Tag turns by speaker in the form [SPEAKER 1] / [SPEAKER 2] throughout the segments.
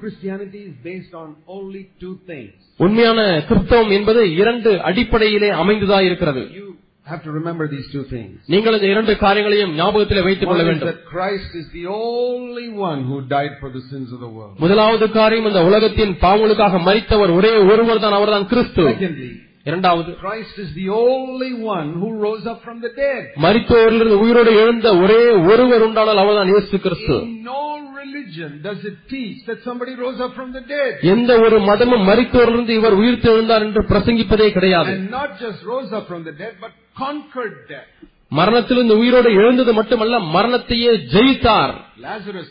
[SPEAKER 1] Christianity is based on only two things.
[SPEAKER 2] உண்மையான கிறிஸ்தவம் என்பது இரண்டு அடிப்படையிலே அமைந்ததா இருக்கிறது
[SPEAKER 1] You have to remember these two things.
[SPEAKER 2] நீங்கள் இந்த இரண்டு காரியங்களையும் ஞாபகத்திலே வைத்துக்
[SPEAKER 1] One
[SPEAKER 2] கொள்ள
[SPEAKER 1] is
[SPEAKER 2] வேண்டும்
[SPEAKER 1] that Christ is the only one who died for the sins of the world.
[SPEAKER 2] முதலாவது காரியம் இந்த உலகத்தின் பாவங்களுக்காக மரித்தவர் ஒரே ஒருவர் தான் அவர்தான் கிறிஸ்து
[SPEAKER 1] Secondly,
[SPEAKER 2] இரண்டாவது
[SPEAKER 1] Christ is the only one who rose up from the dead.
[SPEAKER 2] மரித்தோரிலிருந்து உயிரோடு எழுந்த ஒரே ஒருவர் உண்டானால் அவர்தான் இயேசு கிறிஸ்து
[SPEAKER 1] In no religion does it teach that somebody rose up from the dead.
[SPEAKER 2] எந்த ஒரு மதமும் மரித்தோரிலிருந்து இவர் உயிர்த்து எழுந்தார் என்று பிரசங்கிப்பதே கிடையாது
[SPEAKER 1] And not just rose up from the dead, but conquered death.
[SPEAKER 2] மரணத்திலிருந்து உயிரோடு எழுந்தது மட்டுமல்ல மரணத்தையே ஜெயித்தார்
[SPEAKER 1] Lazarus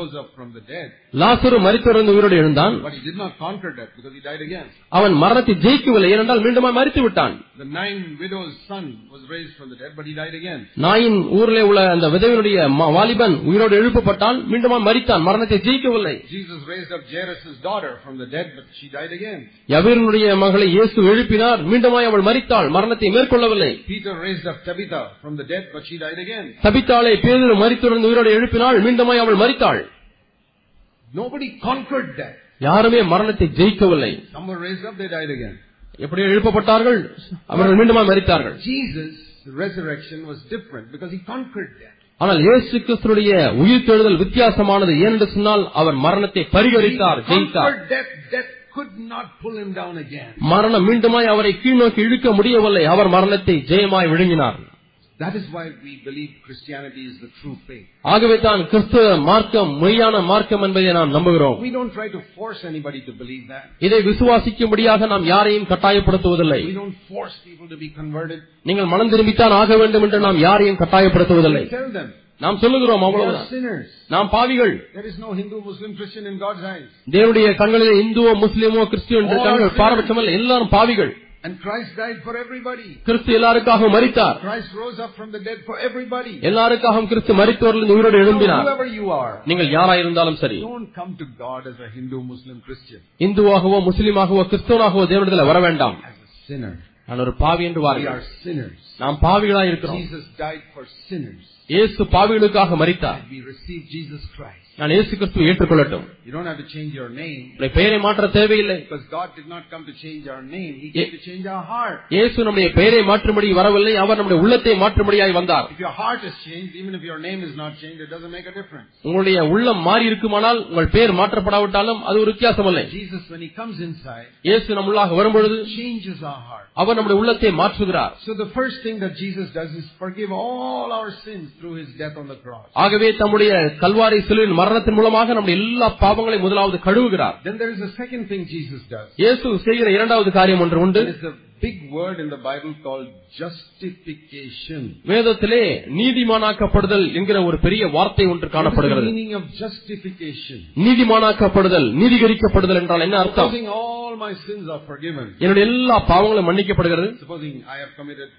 [SPEAKER 1] rose up from the dead,
[SPEAKER 2] லாசரு மரித்தோரிலிருந்து உயிரோடு எழுந்தான்
[SPEAKER 1] but he did not conquer death because he died again.
[SPEAKER 2] அவன் மரணத்தை ஜெயிக்கவில்லை ஏனென்றால் மீண்டும் அவன் மரித்து விட்டான்
[SPEAKER 1] The nine widows' son was raised from the dead, but he died again.
[SPEAKER 2] நாயின் ஊரிலே உள்ள அந்த விதவினுடைய ம- வாலிபன் உயிரோடு எழுப்பப்பட்டான் மீண்டும் அவன் மரித்தான் மரணத்தை ஜெயிக்கவில்லை
[SPEAKER 1] Jesus raised up Jairus' daughter from the dead, but she died again.
[SPEAKER 2] யவீரனுடைய மகளை இயேசு எழுப்பினார் மீண்டுமாய் அவள் மரித்தாள் மரணத்தை மேற்கொள்ளவில்லை
[SPEAKER 1] Peter raised up Tabitha from the dead, but she died again.
[SPEAKER 2] தபித்தாளை பேதிரு மரித்துடன் உயிரோடு எழுப்பினாள் மீண்டுமாய் அவள் மரித்தாள்
[SPEAKER 1] Nobody conquered death.
[SPEAKER 2] யாருமே மரணத்தை ஜெயிக்கவில்லை
[SPEAKER 1] Some were raised up, they died again.
[SPEAKER 2] எப்படி எழுப்பப்பட்டார்கள் அவர்கள் மீண்டுமாய் மரித்தார்கள்
[SPEAKER 1] Jesus' resurrection was different because he conquered death.
[SPEAKER 2] ஆனால் இயேசு கிறிஸ்துடைய உயிர் தேடுதல் வித்தியாசமானது ஏனென்று சொன்னால் அவர் மரணத்தை
[SPEAKER 1] He
[SPEAKER 2] பரிகரித்தார் ஜெயித்தார்
[SPEAKER 1] conquered death. Death could not pull him down again.
[SPEAKER 2] மரணம் மீண்டுமாய் அவரை கீழ்நோக்கி இழுக்க முடியவில்லை அவர் மரணத்தை ஜெயமாய் விழுங்கினார்
[SPEAKER 1] That is why we believe Christianity is the true faith.
[SPEAKER 2] ஆகவே தான் கிறிஸ்துவ மார்க்கம் மெய்யான மார்க்கம் என்பதை நாம் நம்புகிறோம்
[SPEAKER 1] We don't try to force anybody to believe that.
[SPEAKER 2] இதை விசுவாசிக்கும்படியாக நாம் யாரையும் கட்டாயப்படுத்துவதில்லை
[SPEAKER 1] We don't force people to be converted.
[SPEAKER 2] நீங்கள் மனம் திரும்பித்தான் ஆக வேண்டும் என்று நாம் யாரையும் கட்டாயப்படுத்துவதில்லை
[SPEAKER 1] We tell them,
[SPEAKER 2] நாம் சொல்லுகிறோம்
[SPEAKER 1] we are
[SPEAKER 2] அவ்வளவுதான்
[SPEAKER 1] sinners.
[SPEAKER 2] நாம் பாவிகள்
[SPEAKER 1] There is no Hindu, Muslim, Christian in God's eyes.
[SPEAKER 2] தேவனுடைய கண்களிலே இந்துவோ முஸ்லிமோ கிறிஸ்துவோ என்ற
[SPEAKER 1] All
[SPEAKER 2] கண்கள்
[SPEAKER 1] sinners.
[SPEAKER 2] பாரபட்சம் இல்லை எல்லாரும் பாவிகள்
[SPEAKER 1] And Christ died for everybody.
[SPEAKER 2] கிறிஸ்து எல்லாருக்காக மரித்தார்
[SPEAKER 1] Christ rose up from the dead for everybody.
[SPEAKER 2] எல்லாருக்காகவும் கிறிஸ்து மரித்தவர்கள் உயிரோடு
[SPEAKER 1] So
[SPEAKER 2] எழும்பினார்
[SPEAKER 1] whoever you are,
[SPEAKER 2] நீங்கள் யாரா இருந்தாலும் சரி
[SPEAKER 1] don't come to God as a Hindu, Muslim, Christian,
[SPEAKER 2] இந்துவாகவோ முஸ்லிமாகவோ கிறிஸ்தவனாகவோ தேவனிடத்தில் வர வேண்டாம்
[SPEAKER 1] as a sinner.
[SPEAKER 2] நான் ஒரு பாவி என்று
[SPEAKER 1] We are
[SPEAKER 2] வாருங்கள்
[SPEAKER 1] sinners.
[SPEAKER 2] நாம் பாவிகளாய் இருக்கிறோம்
[SPEAKER 1] Jesus died for sinners.
[SPEAKER 2] இயேசு பாவிகளுக்காக மரித்தார்
[SPEAKER 1] And we receive Jesus Christ.
[SPEAKER 2] நான் இயேசு கிறிஸ்துவை ஏற்றுக்கொள்ளட்டும்
[SPEAKER 1] You don't have to change your name.
[SPEAKER 2] உடைய பெயரை மாற்ற தேவையில்லை
[SPEAKER 1] Because God did not come to change our name. He came
[SPEAKER 2] Yeah.
[SPEAKER 1] to change our heart.
[SPEAKER 2] இயேசு நம்முடைய பெயரை மாற்றும்படி வரவில்லை அவர் நம்முடைய உள்ளத்தை மாற்றும்படியாய் வந்தார்
[SPEAKER 1] If your heart is changed, even if your name is not changed, it doesn't make a difference.
[SPEAKER 2] உங்களுடைய உள்ளம் மாறி இருக்குமானால் உங்கள் பெயர் மாற்றப்படாவிட்டாலும் அது ஒரு வித்தியாசம் இல்லை
[SPEAKER 1] Jesus, when he comes inside,
[SPEAKER 2] இயேசு நம்ம உள்ளாக வரும்பொழுது
[SPEAKER 1] changes our heart.
[SPEAKER 2] அவர் நம்முடைய உள்ளத்தை மாற்றுகிறார்
[SPEAKER 1] So the first thing that Jesus does is forgive all our sins through his death on the cross.
[SPEAKER 2] ஆகவே தம்முடைய கல்வாரி சிலுவின் மரணத்தின் மூலமாக நம்முடைய எல்லா பாவங்களையும் முதலாவது கழுவுகிறார்
[SPEAKER 1] Then there is a second thing Jesus does.
[SPEAKER 2] இயேசு செய்கிற இரண்டாவது காரியம் ஒன்று உண்டு
[SPEAKER 1] And it's a big word in the Bible called justification.
[SPEAKER 2] வேதத்திலே நீதிமானாக்கப்படுதல் என்கிற ஒரு பெரிய வார்த்தை ஒன்று
[SPEAKER 1] What is the
[SPEAKER 2] காணப்படுகிறது
[SPEAKER 1] meaning of justification?
[SPEAKER 2] நீதிமானாக்கப்படுதல் நீதிகரிக்கப்படுதல் என்றால் என்ன அர்த்தம்
[SPEAKER 1] Supposing all my sins are forgiven.
[SPEAKER 2] என்னுடைய எல்லா பாவங்களும் மன்னிக்கப்படுகிறது
[SPEAKER 1] Supposing I have committed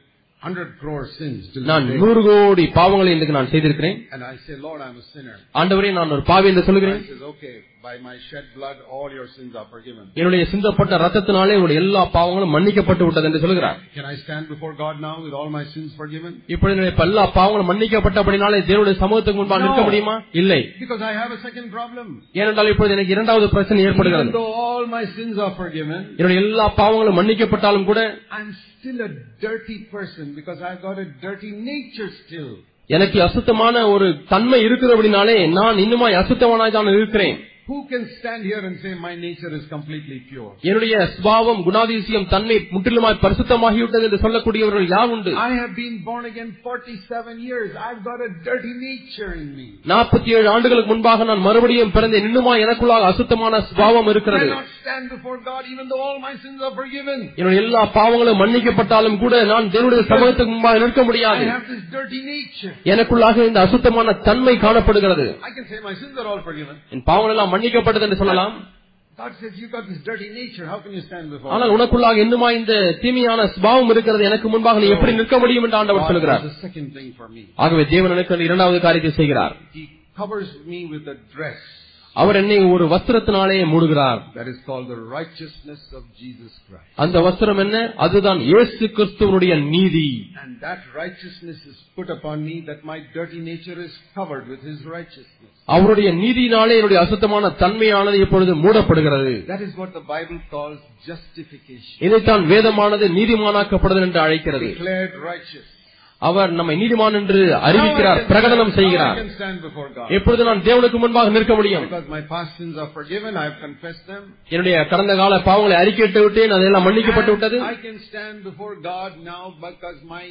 [SPEAKER 1] 100 crore sins till
[SPEAKER 2] நான்
[SPEAKER 1] today.
[SPEAKER 2] நூறு கோடி பாவங்களை இன்றைக்கு நான் செய்திருக்கிறேன்
[SPEAKER 1] And I say, Lord, I'm a sinner.
[SPEAKER 2] ஆண்டவரே நான் ஒரு பாவி என்று சொல்கிறேன்
[SPEAKER 1] Christ says, okay, by my shed blood, all your sins are forgiven.
[SPEAKER 2] என்னுடைய சிந்தப்பட்ட ரத்தத்தினாலே என்னுடைய எல்லா பாவங்களும் மன்னிக்கப்பட்டு விட்டது என்று சொல்கிறார்
[SPEAKER 1] Can I stand before God now with all my sins forgiven?
[SPEAKER 2] இப்படி என்னுடைய எல்லா பாவங்களும் மன்னிக்கப்பட்டபடினாலே தேவனுடைய சமூகத்துக்கு முன்பாக நிற்க
[SPEAKER 1] No.
[SPEAKER 2] முடியுமா இல்லை
[SPEAKER 1] Because I have a second problem.
[SPEAKER 2] ஏனென்றால் இப்பொழுது எனக்கு இரண்டாவது பிரச்சனை
[SPEAKER 1] Even
[SPEAKER 2] ஏற்படுகிறது
[SPEAKER 1] though all my sins are forgiven,
[SPEAKER 2] என்னுடைய எல்லா பாவங்களும் மன்னிக்கப்பட்டாலும் கூட
[SPEAKER 1] I'm still a dirty person because I've got a dirty nature still.
[SPEAKER 2] எனக்கு அசுத்தமான ஒரு தன்மை இருக்கிறபடினாலே நான் இன்னுமாய் அசுத்தமானாய் தான் இருக்கிறேன்
[SPEAKER 1] Who can stand here and say my nature is completely pure?
[SPEAKER 2] என்னுடைய சுபாவம் குணாதிசயம் தன்மை முற்றிலுமாய் பரிசுத்தமாகிவிட்டது என்று சொல்லக்கூடியவர்கள் யார் உண்டு
[SPEAKER 1] I have been born again 47 years. I've got a dirty nature in me.
[SPEAKER 2] நாற்பத்தி ஏழு ஆண்டுகளுக்கு முன்பாக நான் மறுபடியும் பிறந்த இன்னுமா எனக்குள்ளாக அசுத்தமான சுபாவம்
[SPEAKER 1] I
[SPEAKER 2] இருக்கிறது
[SPEAKER 1] cannot stand before God even though all my sins are forgiven.
[SPEAKER 2] என்னுடைய எல்லா பாவங்களும் மன்னிக்கப்பட்டாலும் கூட நான் தேவனுடைய சமூகத்துக்கு முன்பாக நிற்க
[SPEAKER 1] I
[SPEAKER 2] முடியாது
[SPEAKER 1] have this dirty nature.
[SPEAKER 2] எனக்குள்ளாக இந்த அசுத்தமான தன்மை காணப்படுகிறது
[SPEAKER 1] I can say my sins are all forgiven.
[SPEAKER 2] என் பாவங்கள் எல்லாம் மன்னிக்கப்பட்டது என்று சொல்லலாம்
[SPEAKER 1] God says, you've got this dirty nature. How can you stand before me?"
[SPEAKER 2] ஆனால் உனக்குள்ளாக இன்னுமா இந்த தீமையான சுபாவம் இருக்கிறது எனக்கு முன்பாக நீ எப்படி நிற்க முடியும் என்று ஆண்டவர்
[SPEAKER 1] God
[SPEAKER 2] சொல்கிறார்
[SPEAKER 1] does the second thing for me.
[SPEAKER 2] ஆகவே தேவன் எனக்கு அந்த இரண்டாவது காரியத்தை செய்கிறார்
[SPEAKER 1] He covers me with a dress.
[SPEAKER 2] அவர் என்னை ஒரு வஸ்திரத்தினாலே மூடுகிறார்
[SPEAKER 1] That is called the righteousness of Jesus Christ.
[SPEAKER 2] அந்த வஸ்திரம் என்ன அதுதான் இயேசு கிறிஸ்துவனுடைய நீதி
[SPEAKER 1] And that righteousness is put upon me that my dirty nature is covered with his righteousness.
[SPEAKER 2] அவருடைய நீதியினாலே என்னுடைய அசுத்தமான தன்மையானது இப்பொழுது மூடப்படுகிறது
[SPEAKER 1] That is what the Bible calls justification.
[SPEAKER 2] இதைத்தான் வேதமானது நீதிமானாக்கப்படுதல் என்று அழைக்கிறது
[SPEAKER 1] Declared righteous.
[SPEAKER 2] அவர் நம்மை நீதிமான் என்று
[SPEAKER 1] Now I
[SPEAKER 2] அறிவிக்கிறார்
[SPEAKER 1] can-
[SPEAKER 2] பிரகடனம்
[SPEAKER 1] now I
[SPEAKER 2] செய்கிறார்
[SPEAKER 1] can stand before God.
[SPEAKER 2] எப்பொழுது நான் தேவனுக்கு முன்பாக நிற்க முடியும்
[SPEAKER 1] Because my past sins are forgiven, I have confessed them.
[SPEAKER 2] என்னுடைய கடந்த கால பாவங்களை அறிக்கையிட்டு விட்டேன் அதெல்லாம் மன்னிக்கப்பட்டு விட்டது
[SPEAKER 1] And I can stand before God now because my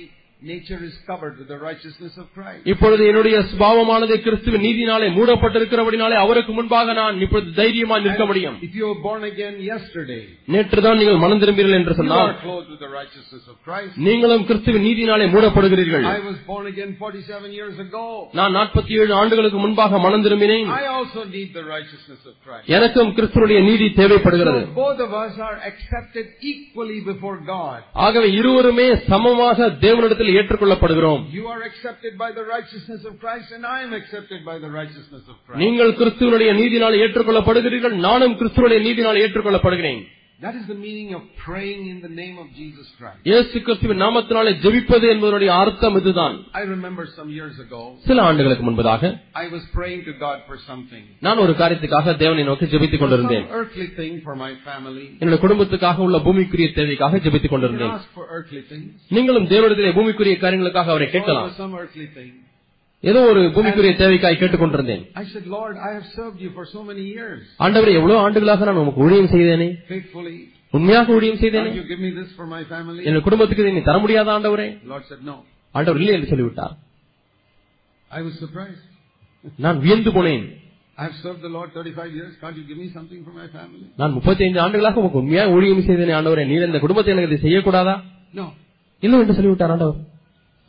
[SPEAKER 1] nature is covered with the righteousness of Christ.
[SPEAKER 2] இப்பொழுது என்னுடைய சுபாவமானது கிறிஸ்துவின் நீதினாலே மூடப்பட்டிருக்கிறபடினாலே அவருக்கு முன்பாக நான் இப்பொழுது தைரியமா நிற்க முடியும்
[SPEAKER 1] If you were born again yesterday,
[SPEAKER 2] நேற்று தான் நீங்கள் மனம் திரும்பீர்கள் என்று
[SPEAKER 1] you
[SPEAKER 2] சொன்னால்
[SPEAKER 1] are clothed with the righteousness of Christ.
[SPEAKER 2] நீங்களும் கிறிஸ்துவின் நீதினாலே மூடப்படுகிறீர்கள்
[SPEAKER 1] I was born again 47 years ago.
[SPEAKER 2] நான் நாற்பத்தி ஏழு ஆண்டுகளுக்கு முன்பாக மனம் திரும்பினேன்
[SPEAKER 1] I also need the righteousness of Christ.
[SPEAKER 2] எனக்கும் கிறிஸ்துவனுடைய நீதி தேவைப்படுகிறது
[SPEAKER 1] So both of us are accepted equally before God.
[SPEAKER 2] ஆகவே இருவருமே சமமாக தேவனிடத்தில் ஏற்றுக்கொள்ளப்படுகிறோம்
[SPEAKER 1] You are accepted by the righteousness of Christ and I am accepted by the righteousness of Christ.
[SPEAKER 2] நீங்கள் கிறிஸ்துவனுடைய நீதினால் ஏற்றுக்கொள்ளப்படுகிறீர்கள் நானும் கிறிஸ்துவனுடைய நீதினால் ஏற்றுக்கொள்ளப்படுகிறேன்
[SPEAKER 1] That is the meaning of praying in the name of Jesus Christ.
[SPEAKER 2] இயேசு கிறிஸ்துவின் நாமத்தினாலே ஜெபிப்பது என்பதனுடைய அர்த்தம் இதுதான்
[SPEAKER 1] I remember some years ago,
[SPEAKER 2] சில ஆண்டுகளுக்கு முன்பதாக
[SPEAKER 1] I was praying to God for something.
[SPEAKER 2] நான் ஒரு காரியத்துக்காக தேவனை நோக்கி ஜெபித்துக்
[SPEAKER 1] For some
[SPEAKER 2] கொண்டிருந்தேன்
[SPEAKER 1] earthly thing for my family.
[SPEAKER 2] என்னுடைய குடும்பத்துக்காக உள்ள பூமிக்குரிய தேவைக்காக ஜெபித்துக்
[SPEAKER 1] You can
[SPEAKER 2] கொண்டிருந்தேன்
[SPEAKER 1] ask for earthly things.
[SPEAKER 2] நீங்களும் தேவனிடத்திலே பூமிக்குரிய காரியங்களுக்காக அவரை
[SPEAKER 1] Or
[SPEAKER 2] கேட்கலாம்
[SPEAKER 1] for some earthly thing.
[SPEAKER 2] ஏதோ ஒரு பூமிக்குரிய தேவைக்காக கேட்டுக்கொண்டிருந்தேன்
[SPEAKER 1] I said, Lord, I have served you for so many years
[SPEAKER 2] ஆண்டவரே எவ்வளவு ஆண்டுகளாக நான் உமக்கு ஊழியம் செய்தேனே
[SPEAKER 1] faithfully.
[SPEAKER 2] உண்மையாக ஊழியம் செய்தேனே
[SPEAKER 1] Can you give me this for my family?
[SPEAKER 2] என் குடும்பத்துக்கு இதை நீ தர முடியாத ஆண்டவரே
[SPEAKER 1] Lord said, No.
[SPEAKER 2] ஆண்டவர் இல்லை என்று சொல்லிவிட்டார்
[SPEAKER 1] I was surprised.
[SPEAKER 2] நான் வியந்து போனேன்
[SPEAKER 1] I have served the Lord 35 years. Can't you give me something for my family?
[SPEAKER 2] நான் 35 ஆண்டுகளாக உமக்கு உண்மையா ஊழியம் செய்தேனே ஆண்டவரே நீர் இந்த குடும்பத்தை எனக்கு இதை செய்யக்கூடாதா
[SPEAKER 1] No.
[SPEAKER 2] இல்லை என்று சொல்லிவிட்டார் ஆண்டவர்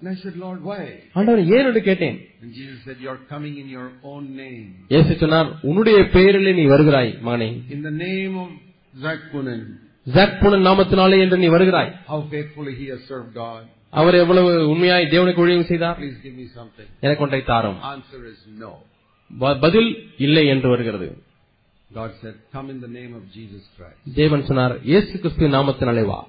[SPEAKER 1] And I said, Lord, why?
[SPEAKER 2] ஆண்டவர் ஏன் என்று கேட்டேன்
[SPEAKER 1] And Jesus said, You're coming in your own name.
[SPEAKER 2] இயேசு சொன்னார் உன்னுடைய பெயரிலே நீ வருகிறாய் மகனே
[SPEAKER 1] In the name of Zakkunen,
[SPEAKER 2] ஜாக்புனன் நாமத்தினாலே என்று நீ வருகிறாய்
[SPEAKER 1] how faithfully he has served God.
[SPEAKER 2] அவர் எவ்வளவு உண்மையாய் தேவனுக்கு ஊழியம் செய்தார்
[SPEAKER 1] Please give me something.
[SPEAKER 2] எனக்கு ஒன்றை தாரும்
[SPEAKER 1] Answer is no.
[SPEAKER 2] ப- பதில் இல்லை என்று வருகிறது
[SPEAKER 1] God said, Come in the name of Jesus Christ.
[SPEAKER 2] தேவன் சொன்னார் இயேசு கிறிஸ்து நாமத்தினாலே வா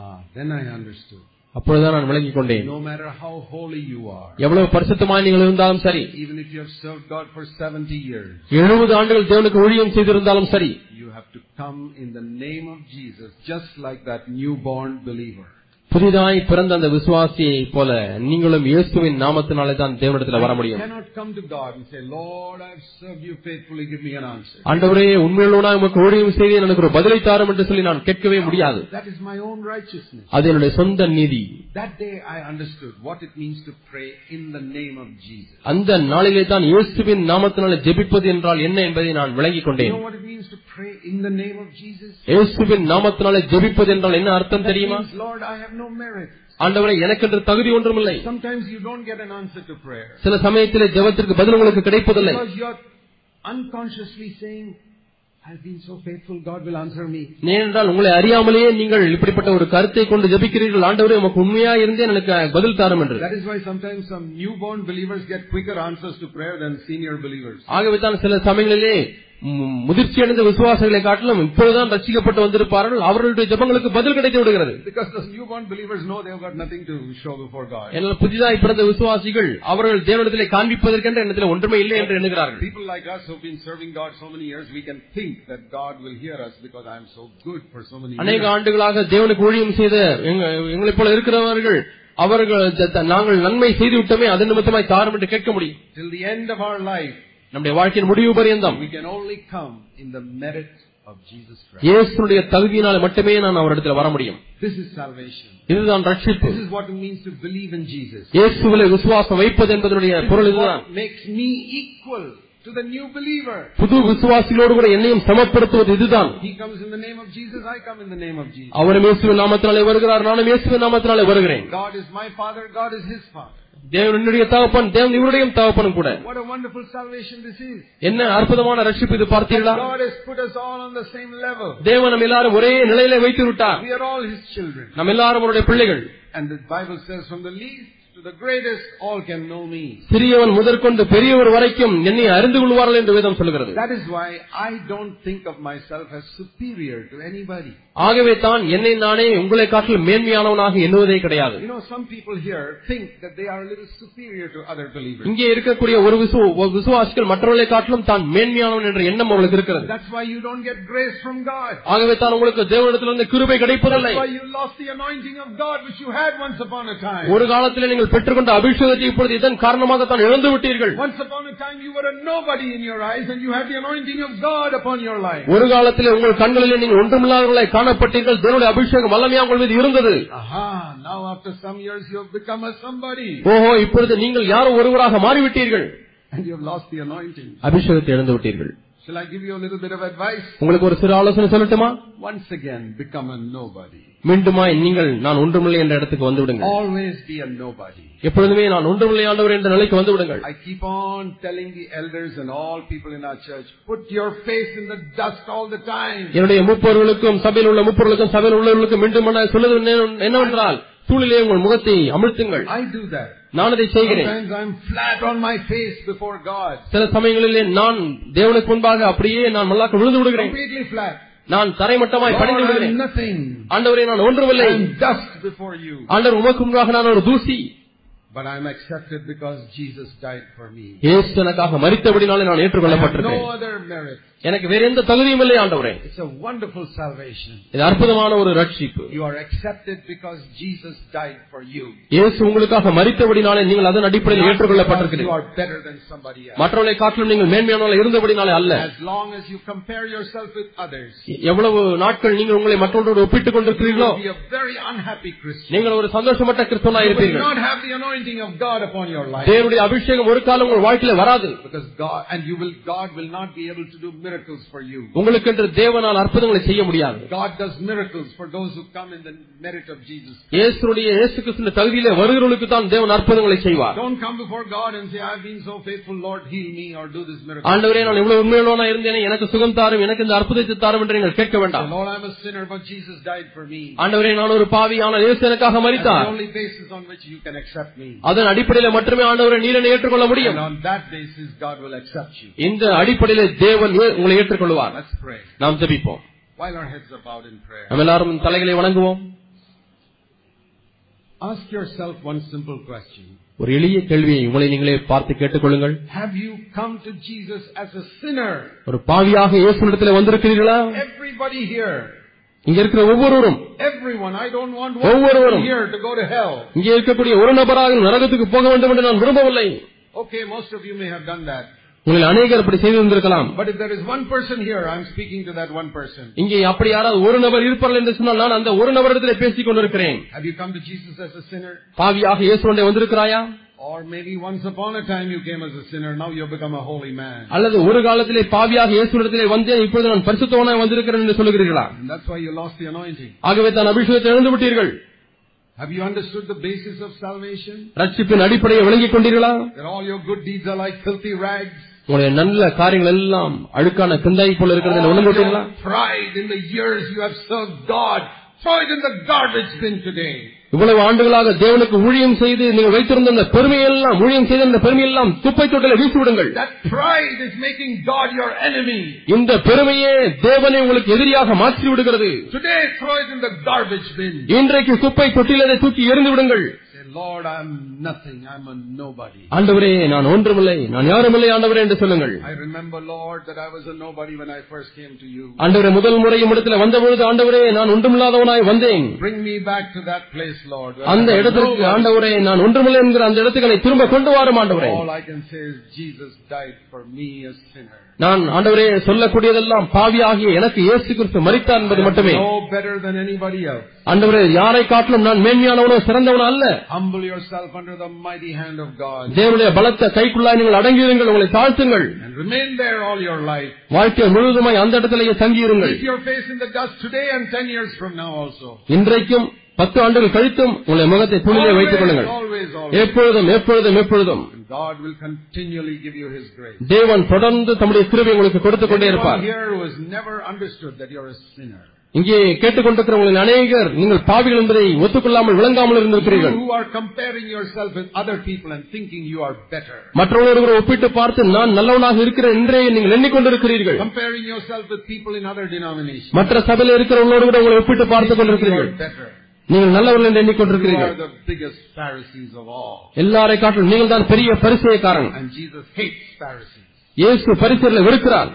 [SPEAKER 1] Ah, then I understood.
[SPEAKER 2] அப்பொழுதுதான் நான் விளங்கிக் கொண்டேன்
[SPEAKER 1] No matter how holy you are,
[SPEAKER 2] எவ்வளவு பரிசுத்தமாய் நீங்கள் இருந்தாலும் சரி
[SPEAKER 1] even if you have served God for 70 years,
[SPEAKER 2] எழுபது ஆண்டுகள் தேவனுக்கு ஊழியம் செய்திருந்தாலும் சரி
[SPEAKER 1] you have to come in the name of Jesus, just like that newborn believer.
[SPEAKER 2] புதிதாய் பிறந்த அந்த விசுவாசியை போல நீங்களும் இயேசுவின் நாமத்தினாலே தான் தேவனிடத்தில் வர
[SPEAKER 1] You
[SPEAKER 2] முடியும்
[SPEAKER 1] cannot come to God and say, Lord, I've served you faithfully, give me an answer.
[SPEAKER 2] ஆண்டவரே உண்மையுள்ளவனா உமக்கு ஊழியம் செய்து எனக்கு ஒரு பதிலை தாரும் என்று சொல்லி நான் கேட்கவே முடியாது
[SPEAKER 1] That is my own righteousness.
[SPEAKER 2] அது என்னுடைய சொந்த நீதி
[SPEAKER 1] That day I understood what it means to pray in the name of Jesus.
[SPEAKER 2] அந்த நாளிலே தான் இயேசுவின் நாமத்தினாலே ஜெபிப்பது என்றால் என்ன என்பதை நான் விளங்கிக்
[SPEAKER 1] You
[SPEAKER 2] கொண்டேன்
[SPEAKER 1] know what it means to pray in the name of Jesus?
[SPEAKER 2] இயேசுவின் நாமத்தினாலே ஜெபிப்பது என்றால் என்ன அர்த்தம்
[SPEAKER 1] That
[SPEAKER 2] தெரியுமா
[SPEAKER 1] means, Lord, I have no merit.
[SPEAKER 2] ஆண்டவரே எனக்கென்று தகுதி ஒன்றுமில்லை
[SPEAKER 1] Sometimes you don't get an answer to prayer.
[SPEAKER 2] சில சமயத்திலே ஜெபத்திற்கு பதில் உங்களுக்கு கிடைப்பதில்லை
[SPEAKER 1] Because you're unconsciously saying, I've been so faithful, God will answer me.
[SPEAKER 2] ஏனென்றால் உங்களை அறியாமலேயே நீங்கள் இப்படிப்பட்ட ஒரு கருத்தை கொண்டு ஜெபிக்கிறீர்கள் ஆண்டவரே உமக்கு உண்மையா இருந்தே எனக்கு பதில் தாரும் என்று
[SPEAKER 1] That is why sometimes some newborn believers get quicker answers to prayer than senior believers.
[SPEAKER 2] ஆகவே தான் சில சமயங்களிலே ம், முதிர்ச்சியடைந்த விசுவாசங்களை காட்டிலும் இப்பொழுதுதான் ரசிக்கப்பட்டு வந்திருப்பார்கள் அவர்களுடைய ஜெபங்களுக்கு பதில் கிடைத்து விடுகிறது
[SPEAKER 1] Because those newborn believers know they've got nothing to show before God.
[SPEAKER 2] ஏனென்றால் புதிதாய் பிறந்த விசுவாசிகள் அவர்கள் தேவனிடத்திலே காண்பிப்பதற்கென்ற எண்ணத்தில் ஒன்றுமே இல்லை என்று எண்ணுகிறார்கள்
[SPEAKER 1] People like us who've been serving God so many years, we can think that God will hear us because I'm so good for so many
[SPEAKER 2] அநேக
[SPEAKER 1] years.
[SPEAKER 2] ஆண்டுகளாக தேவனுக்கு ஊழியம் செய்த எங்க- எங்களைப் போல இருக்கிறவர்கள் அவர்கள் த- த- நாங்கள் நன்மை செய்து விட்டோமே அது நிமித்தமாய் தாரும் என்று கேட்க முடியும்
[SPEAKER 1] Till the end of our life,
[SPEAKER 2] நம்முடைய வாழ்க்கையின் முடிவு பரியந்தம்
[SPEAKER 1] we can only come in the merit of Jesus Christ.
[SPEAKER 2] இயேசுடைய தகுதியினால் மட்டுமே நான் அவரிடத்தில் வர முடியும்
[SPEAKER 1] This is salvation.
[SPEAKER 2] இதுதான் ரட்சிப்பு
[SPEAKER 1] This is what it means to believe in Jesus.
[SPEAKER 2] இயேசுவிலே விசுவாசம் வைப்பது என்பதனுடைய பொருள்
[SPEAKER 1] This is
[SPEAKER 2] இதுதான்
[SPEAKER 1] what makes me equal to the new believer.
[SPEAKER 2] புது விசுவாசிகளோடு கூட என்னையும் சமப்படுத்துவது இதுதான்
[SPEAKER 1] He comes in the name of Jesus, I come in the name of Jesus.
[SPEAKER 2] அவரும் இயேசுவின் நாமத்தினாலே வருகிறார் நானும் இயேசுவின் நாமத்தினாலே வருகிறேன்
[SPEAKER 1] God is my Father, God is His Father.
[SPEAKER 2] தேவன் என்னுடைய தகப்பன் தேவன் இவருடைய தகப்பனும் கூட
[SPEAKER 1] What a wonderful salvation this is.
[SPEAKER 2] என்ன அற்புதமான ரட்சிப்பு இது பார்த்தீர்களா
[SPEAKER 1] God has put us all on the same level.
[SPEAKER 2] தேவன் நம்ம எல்லாரும் ஒரே நிலையில வைத்து விட்டார்
[SPEAKER 1] We are all His children.
[SPEAKER 2] நம்ம எல்லாரும் அவருடைய பிள்ளைகள்
[SPEAKER 1] And the Bible says from the least to the greatest, all can know me.
[SPEAKER 2] சிறியவன் முதற்கொண்டு பெரியவர் வரைக்கும் என்னை அறிந்து கொள்வார்கள் என்று வேதம் சொல்கிறது
[SPEAKER 1] That is why I don't think of myself as superior to anybody.
[SPEAKER 2] ஆகவே தான் என்னை நானே உங்களை காட்டில் மேன்மையானவனாக எண்ணுவதே கிடையாது
[SPEAKER 1] You know, some people here think that they are a little superior to other believers.
[SPEAKER 2] இங்கே இருக்கக்கூடிய ஒரு விசு ஒரு விசுவாசிகள் மற்றவர்களை காட்டிலும் தான் மேன்மையானவன் என்ற எண்ணம் அவர்களுக்கு இருக்கிறது
[SPEAKER 1] That's why you don't get grace from God.
[SPEAKER 2] ஆகவே தான் உங்களுக்கு தேவனிடத்திலிருந்து கிருபை கிடைப்பதில்லை
[SPEAKER 1] That's why you lost the anointing of God which you had once upon a time.
[SPEAKER 2] ஒரு காலத்திலே நீங்கள் பெற்றுக்கொண்ட அபிஷேகத்தை இப்பொழுது இதன் காரணமாக தான் இழந்து விட்டீர்கள்
[SPEAKER 1] Once upon a time you were a nobody in your eyes and you had the anointing of God upon your life.
[SPEAKER 2] ஒரு காலத்திலே உங்கள் கண்களிலே நீங்கள் ஒன்றுமில்லாதவர்களை காணப்பட்டீர்கள் தேவனுடைய அபிஷேகம் வல்லமையாக உங்கள் மீது இருந்தது
[SPEAKER 1] Aha, now after some years you have become a somebody
[SPEAKER 2] ஓஹோ இப்பொழுது நீங்கள் யாரோ ஒருவராக மாறிவிட்டீர்கள்
[SPEAKER 1] and you have lost the anointing.
[SPEAKER 2] அபிஷேகத்தை இழந்து விட்டீர்கள்
[SPEAKER 1] Shall I give you a little bit of advice?
[SPEAKER 2] உங்களுக்கு ஒரு சிறு ஆலோசனை சொல்லட்டுமா
[SPEAKER 1] Once again become a nobody.
[SPEAKER 2] மீண்டுமாய் நீங்கள் நான் ஒன்றுமில்லை என்ற இடத்துக்கு வந்து விடுங்க
[SPEAKER 1] Always be a nobody.
[SPEAKER 2] எப்பொழுதுமே நான் ஒன்றுமில்லையானவர் என்ற நிலைக்கு வந்து விடுங்கள்
[SPEAKER 1] I keep on telling the elders and all people in our church, put your face in the dust all the time.
[SPEAKER 2] என்னுடைய முப்பொருளுக்கும் சபையில் உள்ள முப்பொருளுக்கும் சபையில் உள்ளவர்களுக்கும் மீண்டும் நான் சொல்லுவது என்ன- என்னவென்றால் தூளிலே உங்கள் முகத்தை அமிழ்த்துங்கள்
[SPEAKER 1] I do that.
[SPEAKER 2] நான் அதை செய்கிறேன்
[SPEAKER 1] Sometimes I'm flat on my face before God.
[SPEAKER 2] சில சமயங்களிலே நான் தேவனுக்கு முன்பாக அப்படியே நான் மல்லாக்க விழுந்து விடுகிறேன்
[SPEAKER 1] Completely flat.
[SPEAKER 2] நான் தரைமட்டமாய்
[SPEAKER 1] Lord,
[SPEAKER 2] பணிந்து விடுகிறேன்
[SPEAKER 1] I'm nothing.
[SPEAKER 2] ஆண்டவரே நான் ஒன்றுமில்லை
[SPEAKER 1] I'm dust before you.
[SPEAKER 2] ஆண்டவர் உமக்கு முன்பாக நான் ஒரு தூசி
[SPEAKER 1] But I'm accepted because Jesus died for me.
[SPEAKER 2] இயேசு எனக்காக மறித்தபடினாலே நான்
[SPEAKER 1] I have no
[SPEAKER 2] ஏற்றுக்கொள்ளப்பட்டிருக்கிறேன்
[SPEAKER 1] other merit.
[SPEAKER 2] எனக்கு வேற எந்த தகுதியும் இல்லை ஆண்டவரே
[SPEAKER 1] It's a wonderful salvation.
[SPEAKER 2] இது அற்புதமான ஒரு ரட்சிப்பு
[SPEAKER 1] You are accepted because Jesus died for you.
[SPEAKER 2] இயேசு உங்களுக்காக மறித்தபடினாலே நீங்கள் அதன் அடிப்படையில்
[SPEAKER 1] Not because You
[SPEAKER 2] ஏற்றுக்கொள்ளப்பட்டிருக்கிறீர்கள்
[SPEAKER 1] are better than somebody else.
[SPEAKER 2] மற்றவர்களை காட்டிலும் நீங்கள் மேன்மையானவர்கள் இருந்தபடினாலே அல்ல
[SPEAKER 1] As long as you compare yourself with others,
[SPEAKER 2] எவ்வளவு நாட்கள் நீங்கள் உங்களை மற்றவர்களோடு ஒப்பிட்டுக்
[SPEAKER 1] you
[SPEAKER 2] கொண்டிருக்கிறீர்களோ
[SPEAKER 1] will be a very unhappy Christian.
[SPEAKER 2] நீங்கள் ஒரு சந்தோஷமற்ற கிறிஸ்தவனா
[SPEAKER 1] You will
[SPEAKER 2] இருப்பீர்கள்
[SPEAKER 1] not have the anointing of God upon your life.
[SPEAKER 2] தேவனுடைய அபிஷேகம் ஒரு காலம் உங்கள் வாழ்க்கையில வராது
[SPEAKER 1] Because God, and you will, God will not be able to do miracles for you.
[SPEAKER 2] உங்களுக்கு என்று தேவனால் அற்புதங்களை செய்ய முடியாது
[SPEAKER 1] God does miracles for those who come in the merit of Jesus.
[SPEAKER 2] இயேசுடைய இயேசு கிறிஸ்துவின் தகுதியிலே வருகிறவர்களுக்கு தான் தேவன் அற்புதங்களை செய்வார்
[SPEAKER 1] Don't come before God and say, I've been so faithful, Lord, heal me or do this miracle.
[SPEAKER 2] ஆண்டவரே நான் இவ்வளவு உண்மையுள்ளவனா இருந்தேனே எனக்கு சுகம் தாரும் எனக்கு இந்த அற்புதத்தை தாரும் என்று நீங்கள் கேட்க
[SPEAKER 1] Say,
[SPEAKER 2] வேண்டாம்
[SPEAKER 1] Lord, I'm a sinner, but Jesus died for me.
[SPEAKER 2] ஆண்டவரே நான் ஒரு பாவி ஆனால் இயேசு எனக்காக
[SPEAKER 1] That's the
[SPEAKER 2] மரித்தார்
[SPEAKER 1] only basis on which you can accept me.
[SPEAKER 2] அதன் அடிப்படையில மட்டுமே ஆண்டவரை நீர் என்னை ஏற்றுக்கொள்ள முடியும்
[SPEAKER 1] And on that basis, God will accept you.
[SPEAKER 2] இந்த அடிப்படையில தேவன் உ- உங்களை ஏற்றுக்கொள்வார்
[SPEAKER 1] Let's pray.
[SPEAKER 2] நாம் ஜெபிப்போம்
[SPEAKER 1] While our heads are bowed in prayer.
[SPEAKER 2] நாம் எல்லாரும் தலைகளை வணங்குவோம்
[SPEAKER 1] Ask yourself one simple question.
[SPEAKER 2] ஒரு எளிய கேள்வியை உங்களை நீங்களே பார்த்து கேட்டுக்கொள்ளுங்கள்
[SPEAKER 1] Have you come to Jesus as a sinner?
[SPEAKER 2] ஒரு பாவியாக இயேசுனிடத்தில் வந்திருக்கிறீர்களா
[SPEAKER 1] Everybody here,
[SPEAKER 2] இங்க இருக்கிற ஒவ்வொருவரும்
[SPEAKER 1] everyone, I don't want one person
[SPEAKER 2] ஒவ்வொருவரும்
[SPEAKER 1] here to go to hell.
[SPEAKER 2] இங்கே இருக்கக்கூடிய ஒரு நபராக நரகத்துக்கு போக வேண்டும் என்று நான் விரும்பவில்லை
[SPEAKER 1] Okay, most of you may have done that.
[SPEAKER 2] உங்களில் அநேகர் அப்படி செய்திருந்திருக்கலாம்
[SPEAKER 1] But if there is one person here, I'm speaking to that one person.
[SPEAKER 2] இங்கே அப்படி யாராவது ஒரு நபர் இருப்பார்கள் என்று சொன்னால் நான் அந்த ஒரு நபரிடத்திலே பேசிக் கொண்டிருக்கிறேன்
[SPEAKER 1] Have you come to Jesus as a sinner?
[SPEAKER 2] பாவியாக இயேசுடைய வந்திருக்கிறாயா
[SPEAKER 1] Or maybe once upon a time you came as a sinner, now you've become a holy man.
[SPEAKER 2] அல்லது ஒரு காலத்திலே பாவியாக இயேசுடத்திலே வந்தேன் இப்பொழுது நான் பரிசுத்தவனாய் வந்திருக்கிறேன் என்று சொல்லுகிறீர்களா
[SPEAKER 1] And that's why you lost the anointing.
[SPEAKER 2] ஆகவே தான் அபிஷேகத்தை இழந்து விட்டீர்கள்
[SPEAKER 1] Have you understood the basis of salvation?
[SPEAKER 2] ரட்சிப்பின் அடிப்படையை விளங்கிக் கொண்டீர்களா
[SPEAKER 1] That all your good deeds are like filthy rags.
[SPEAKER 2] உங்களுடைய நல்ல காரியங்கள் எல்லாம் அழுக்கான சிந்தை போல இருக்கிறது என்று
[SPEAKER 1] All
[SPEAKER 2] உணர்ந்து விட்டீர்களா
[SPEAKER 1] your pride in the years you have served God, throw it in the garbage bin today.
[SPEAKER 2] இவ்வளவு ஆண்டுகளாக தேவனுக்கு ஊழியம் செய்து நீங்கள் வைத்திருந்த அந்த பெருமையெல்லாம் ஊழியம் செய்த அந்த பெருமையெல்லாம் குப்பை தொட்டில வீசி விடுங்கள்
[SPEAKER 1] That pride is making God your enemy.
[SPEAKER 2] இந்த பெருமையே தேவனை உங்களுக்கு எதிரியாக மாற்றி விடுகிறது
[SPEAKER 1] Today, throw it in the garbage bin.
[SPEAKER 2] இன்றைக்கு குப்பை தொட்டில் அதை தூக்கி எறிந்து விடுங்கள்
[SPEAKER 1] Say, Lord, I'm nothing. I'm a nobody.
[SPEAKER 2] ஆண்டவரே நான் ஒன்றுமில்லை நான் யாருமில்லை ஆண்டவரே என்று சொல்லுங்கள்
[SPEAKER 1] I remember, Lord, that I was a nobody when I first came to you.
[SPEAKER 2] ஆண்டவரே முதல் முறையும் இடத்துல வந்தபொழுது ஆண்டவரே நான் ஒன்றுமில்லாதவனாய் வந்தேன்
[SPEAKER 1] Bring me back to that place, Lord. where
[SPEAKER 2] அந்த
[SPEAKER 1] I was
[SPEAKER 2] இடத்திற்கு
[SPEAKER 1] nobody.
[SPEAKER 2] ஆண்டவரே நான் ஒன்றுமில்லை என்கிற அந்த இடத்துக்கு என்னை திரும்ப கொண்டு வாரும் ஆண்டவரே
[SPEAKER 1] All I can say is Jesus died for me, a sinner.
[SPEAKER 2] நான் ஆண்டவரே சொல்லக்கூடியதெல்லாம் பாவியாகிய எனக்கு இயேசு கிறிஸ்து மரித்தார் என்பது மட்டுமே
[SPEAKER 1] No better than anybody else.
[SPEAKER 2] ஆண்டவரே யாரை காட்டிலும் நான் மேன்மையானவனோ சிறந்தவனோ அல்ல
[SPEAKER 1] Humble yourself under the mighty hand of God
[SPEAKER 2] தேவனுடைய பலத்த கைக்குள்ளாய் நீங்கள் அடங்கியிருங்கள் உங்களை தாழ்த்துங்கள்
[SPEAKER 1] and remain there all your life.
[SPEAKER 2] வாழ்க்கை முழுவதுமாய் அந்த இடத்திலேயே தங்கியிருங்கள்
[SPEAKER 1] Keep your face in the dust today and ten years from now also.
[SPEAKER 2] இன்றைக்கும் பத்து ஆண்டுகள் கழித்தும் உங்களை முகத்தை துணிலே
[SPEAKER 1] Always,
[SPEAKER 2] வைத்துக் கொள்ளுங்கள்
[SPEAKER 1] always, always.
[SPEAKER 2] எப்பொழுதும் எப்பொழுதும் எப்பொழுதும்
[SPEAKER 1] And God will continually give you His grace.
[SPEAKER 2] தேவன் தொடர்ந்து தம்முடைய கிருபை உங்களுக்கு கொடுத்துக் கொண்டே
[SPEAKER 1] Anyone
[SPEAKER 2] இருப்பார்
[SPEAKER 1] here who has never understood that you're a sinner,
[SPEAKER 2] இங்கே கேட்டுக்கொண்டிருக்கிற உங்களில் அநேகர் நீங்கள் பாவிகள் என்பதை ஒத்துக்கொள்ளாமல் விளங்காமல்
[SPEAKER 1] You
[SPEAKER 2] இருந்திருக்கிறீர்கள்
[SPEAKER 1] who are comparing yourself with other people and thinking you are better.
[SPEAKER 2] மற்றவர்கள் ஒப்பிட்டு பார்த்து நான் நல்லவனாக இருக்கிறேன் என்றே நீங்கள் எண்ணிக்கொண்டிருக்கிறீர்கள்
[SPEAKER 1] Comparing yourself with people in other denominations.
[SPEAKER 2] மற்ற சபையில் இருக்கிறவங்களோடு கூட உங்களை ஒப்பிட்டு பார்த்துக்
[SPEAKER 1] You
[SPEAKER 2] கொண்டிருக்கிறீர்கள்
[SPEAKER 1] are better.
[SPEAKER 2] நீங்கள் நல்லவர்கள் என்று
[SPEAKER 1] You
[SPEAKER 2] எண்ணிக்கொண்டிருக்கிறீர்கள்
[SPEAKER 1] are the biggest Pharisees of all.
[SPEAKER 2] எல்லாரை காட்டிலும் நீங்கள் தான் பெரிய பரிசெயக்காரன்
[SPEAKER 1] And Jesus hates Pharisees.
[SPEAKER 2] இயேசு பரிசெயர்களை வெறுக்கிறார்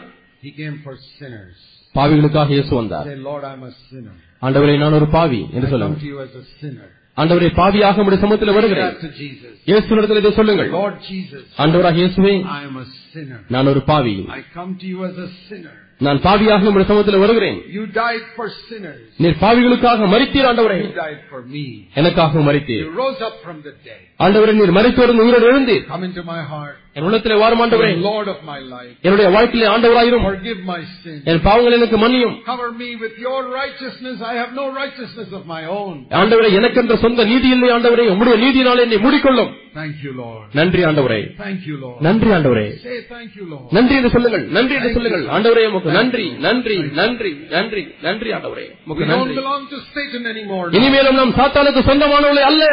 [SPEAKER 1] He came for sinners.
[SPEAKER 2] பாவிகளுக்காக இயேசு வந்தார்
[SPEAKER 1] Say, Lord, I'm a sinner.
[SPEAKER 2] ஆண்டவரே நான் ஒரு பாவி
[SPEAKER 1] I
[SPEAKER 2] என்று
[SPEAKER 1] come
[SPEAKER 2] சொல்லுங்கள்
[SPEAKER 1] to you as a sinner.
[SPEAKER 2] ஆண்டவரே பாவியாக உடைய சமூகத்தில்
[SPEAKER 1] Say
[SPEAKER 2] வருகிறேன்
[SPEAKER 1] that to Jesus.
[SPEAKER 2] இயேசு இடத்தில் இதை சொல்லுங்கள்
[SPEAKER 1] Lord Jesus,
[SPEAKER 2] ஆண்டவராக இயேசுவே
[SPEAKER 1] I am a sinner.
[SPEAKER 2] நான் ஒரு பாவி
[SPEAKER 1] I come to you as a sinner.
[SPEAKER 2] நான் பாவியாக உடைய சமூகத்தில் வருகிறேன்
[SPEAKER 1] You died for sinners.
[SPEAKER 2] நீர் பாவிகளுக்காக மறித்தீர் ஆண்டவரே
[SPEAKER 1] You died for me.
[SPEAKER 2] எனக்காக மறித்தீர்
[SPEAKER 1] You rose up from the dead.
[SPEAKER 2] ஆண்டவரே நீர் மறித்தோடு உயிரோடு எழுந்தீர்
[SPEAKER 1] Come into my heart.
[SPEAKER 2] என் உள்ளத்திலே வாரும்
[SPEAKER 1] You
[SPEAKER 2] ஆண்டவரே
[SPEAKER 1] are Lord of my life.
[SPEAKER 2] என்னுடைய வாழ்க்கையிலே ஆண்டவராயிரும்
[SPEAKER 1] Forgive my sin.
[SPEAKER 2] என் பாவங்கள் எனக்கு மன்னியும்
[SPEAKER 1] Cover me with your righteousness. I have no righteousness of my own.
[SPEAKER 2] ஆண்டவரே எனக்கென்ற சொந்த நீதி இல்லை ஆண்டவரே உம்முடைய நீதியினால் என்னை மூடிக்கொள்ளும்
[SPEAKER 1] Thank you, Lord.
[SPEAKER 2] நன்றி ஆண்டவரே
[SPEAKER 1] Thank you, Lord.
[SPEAKER 2] நன்றி ஆண்டவரே
[SPEAKER 1] Say thank you, Lord.
[SPEAKER 2] நன்றி என்று சொல்லுங்கள் நன்றி என்று சொல்லுங்கள் ஆண்டவரே உமக்கு நன்றி நன்றி நன்றி நன்றி நன்றி ஆண்டவரே
[SPEAKER 1] We
[SPEAKER 2] உமக்கு
[SPEAKER 1] don't
[SPEAKER 2] நன்றி
[SPEAKER 1] belong to Satan anymore.
[SPEAKER 2] இனிமேலும் நாம் சாத்தானுக்கு சொந்தமானவர்களே அல்ல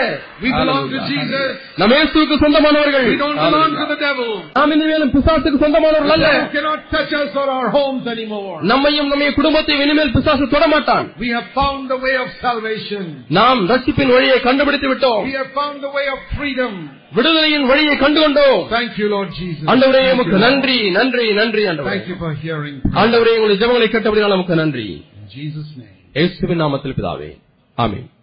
[SPEAKER 1] We belong to Jesus.
[SPEAKER 2] நாம் இயேசுவுக்கு சொந்தமானவர்கள்
[SPEAKER 1] We don't belong to the devil.
[SPEAKER 2] நாம் இனிமேலும் பிசாசுக்கு சொந்தமானவர்கள்
[SPEAKER 1] The
[SPEAKER 2] அல்ல
[SPEAKER 1] devil cannot touch us or our homes anymore.
[SPEAKER 2] நம்மையும் நம்முடைய குடும்பத்தையும் இனிமேல் பிசாசு தொடமாட்டான்
[SPEAKER 1] We have found the way of salvation.
[SPEAKER 2] நாம் ரட்சிப்பின் வழியை கண்டுபிடித்து விட்டோம்
[SPEAKER 1] We have found the way of freedom.
[SPEAKER 2] விடுதலையின் வழியை கண்டுகொண்டோம்
[SPEAKER 1] Thank you, Lord Jesus.
[SPEAKER 2] ஆண்டவரே
[SPEAKER 1] Thank
[SPEAKER 2] உமக்கு
[SPEAKER 1] you, Lord.
[SPEAKER 2] நன்றி நன்றி நன்றி ஆண்டவரே
[SPEAKER 1] Thank you for hearing.
[SPEAKER 2] ஆண்டவரே உங்களுடைய ஜெபங்களை கேட்டபடியால் நமக்கு நன்றி
[SPEAKER 1] In Jesus' name.
[SPEAKER 2] இயேசுவின் நாமத்தில் பிதாவே ஆமென்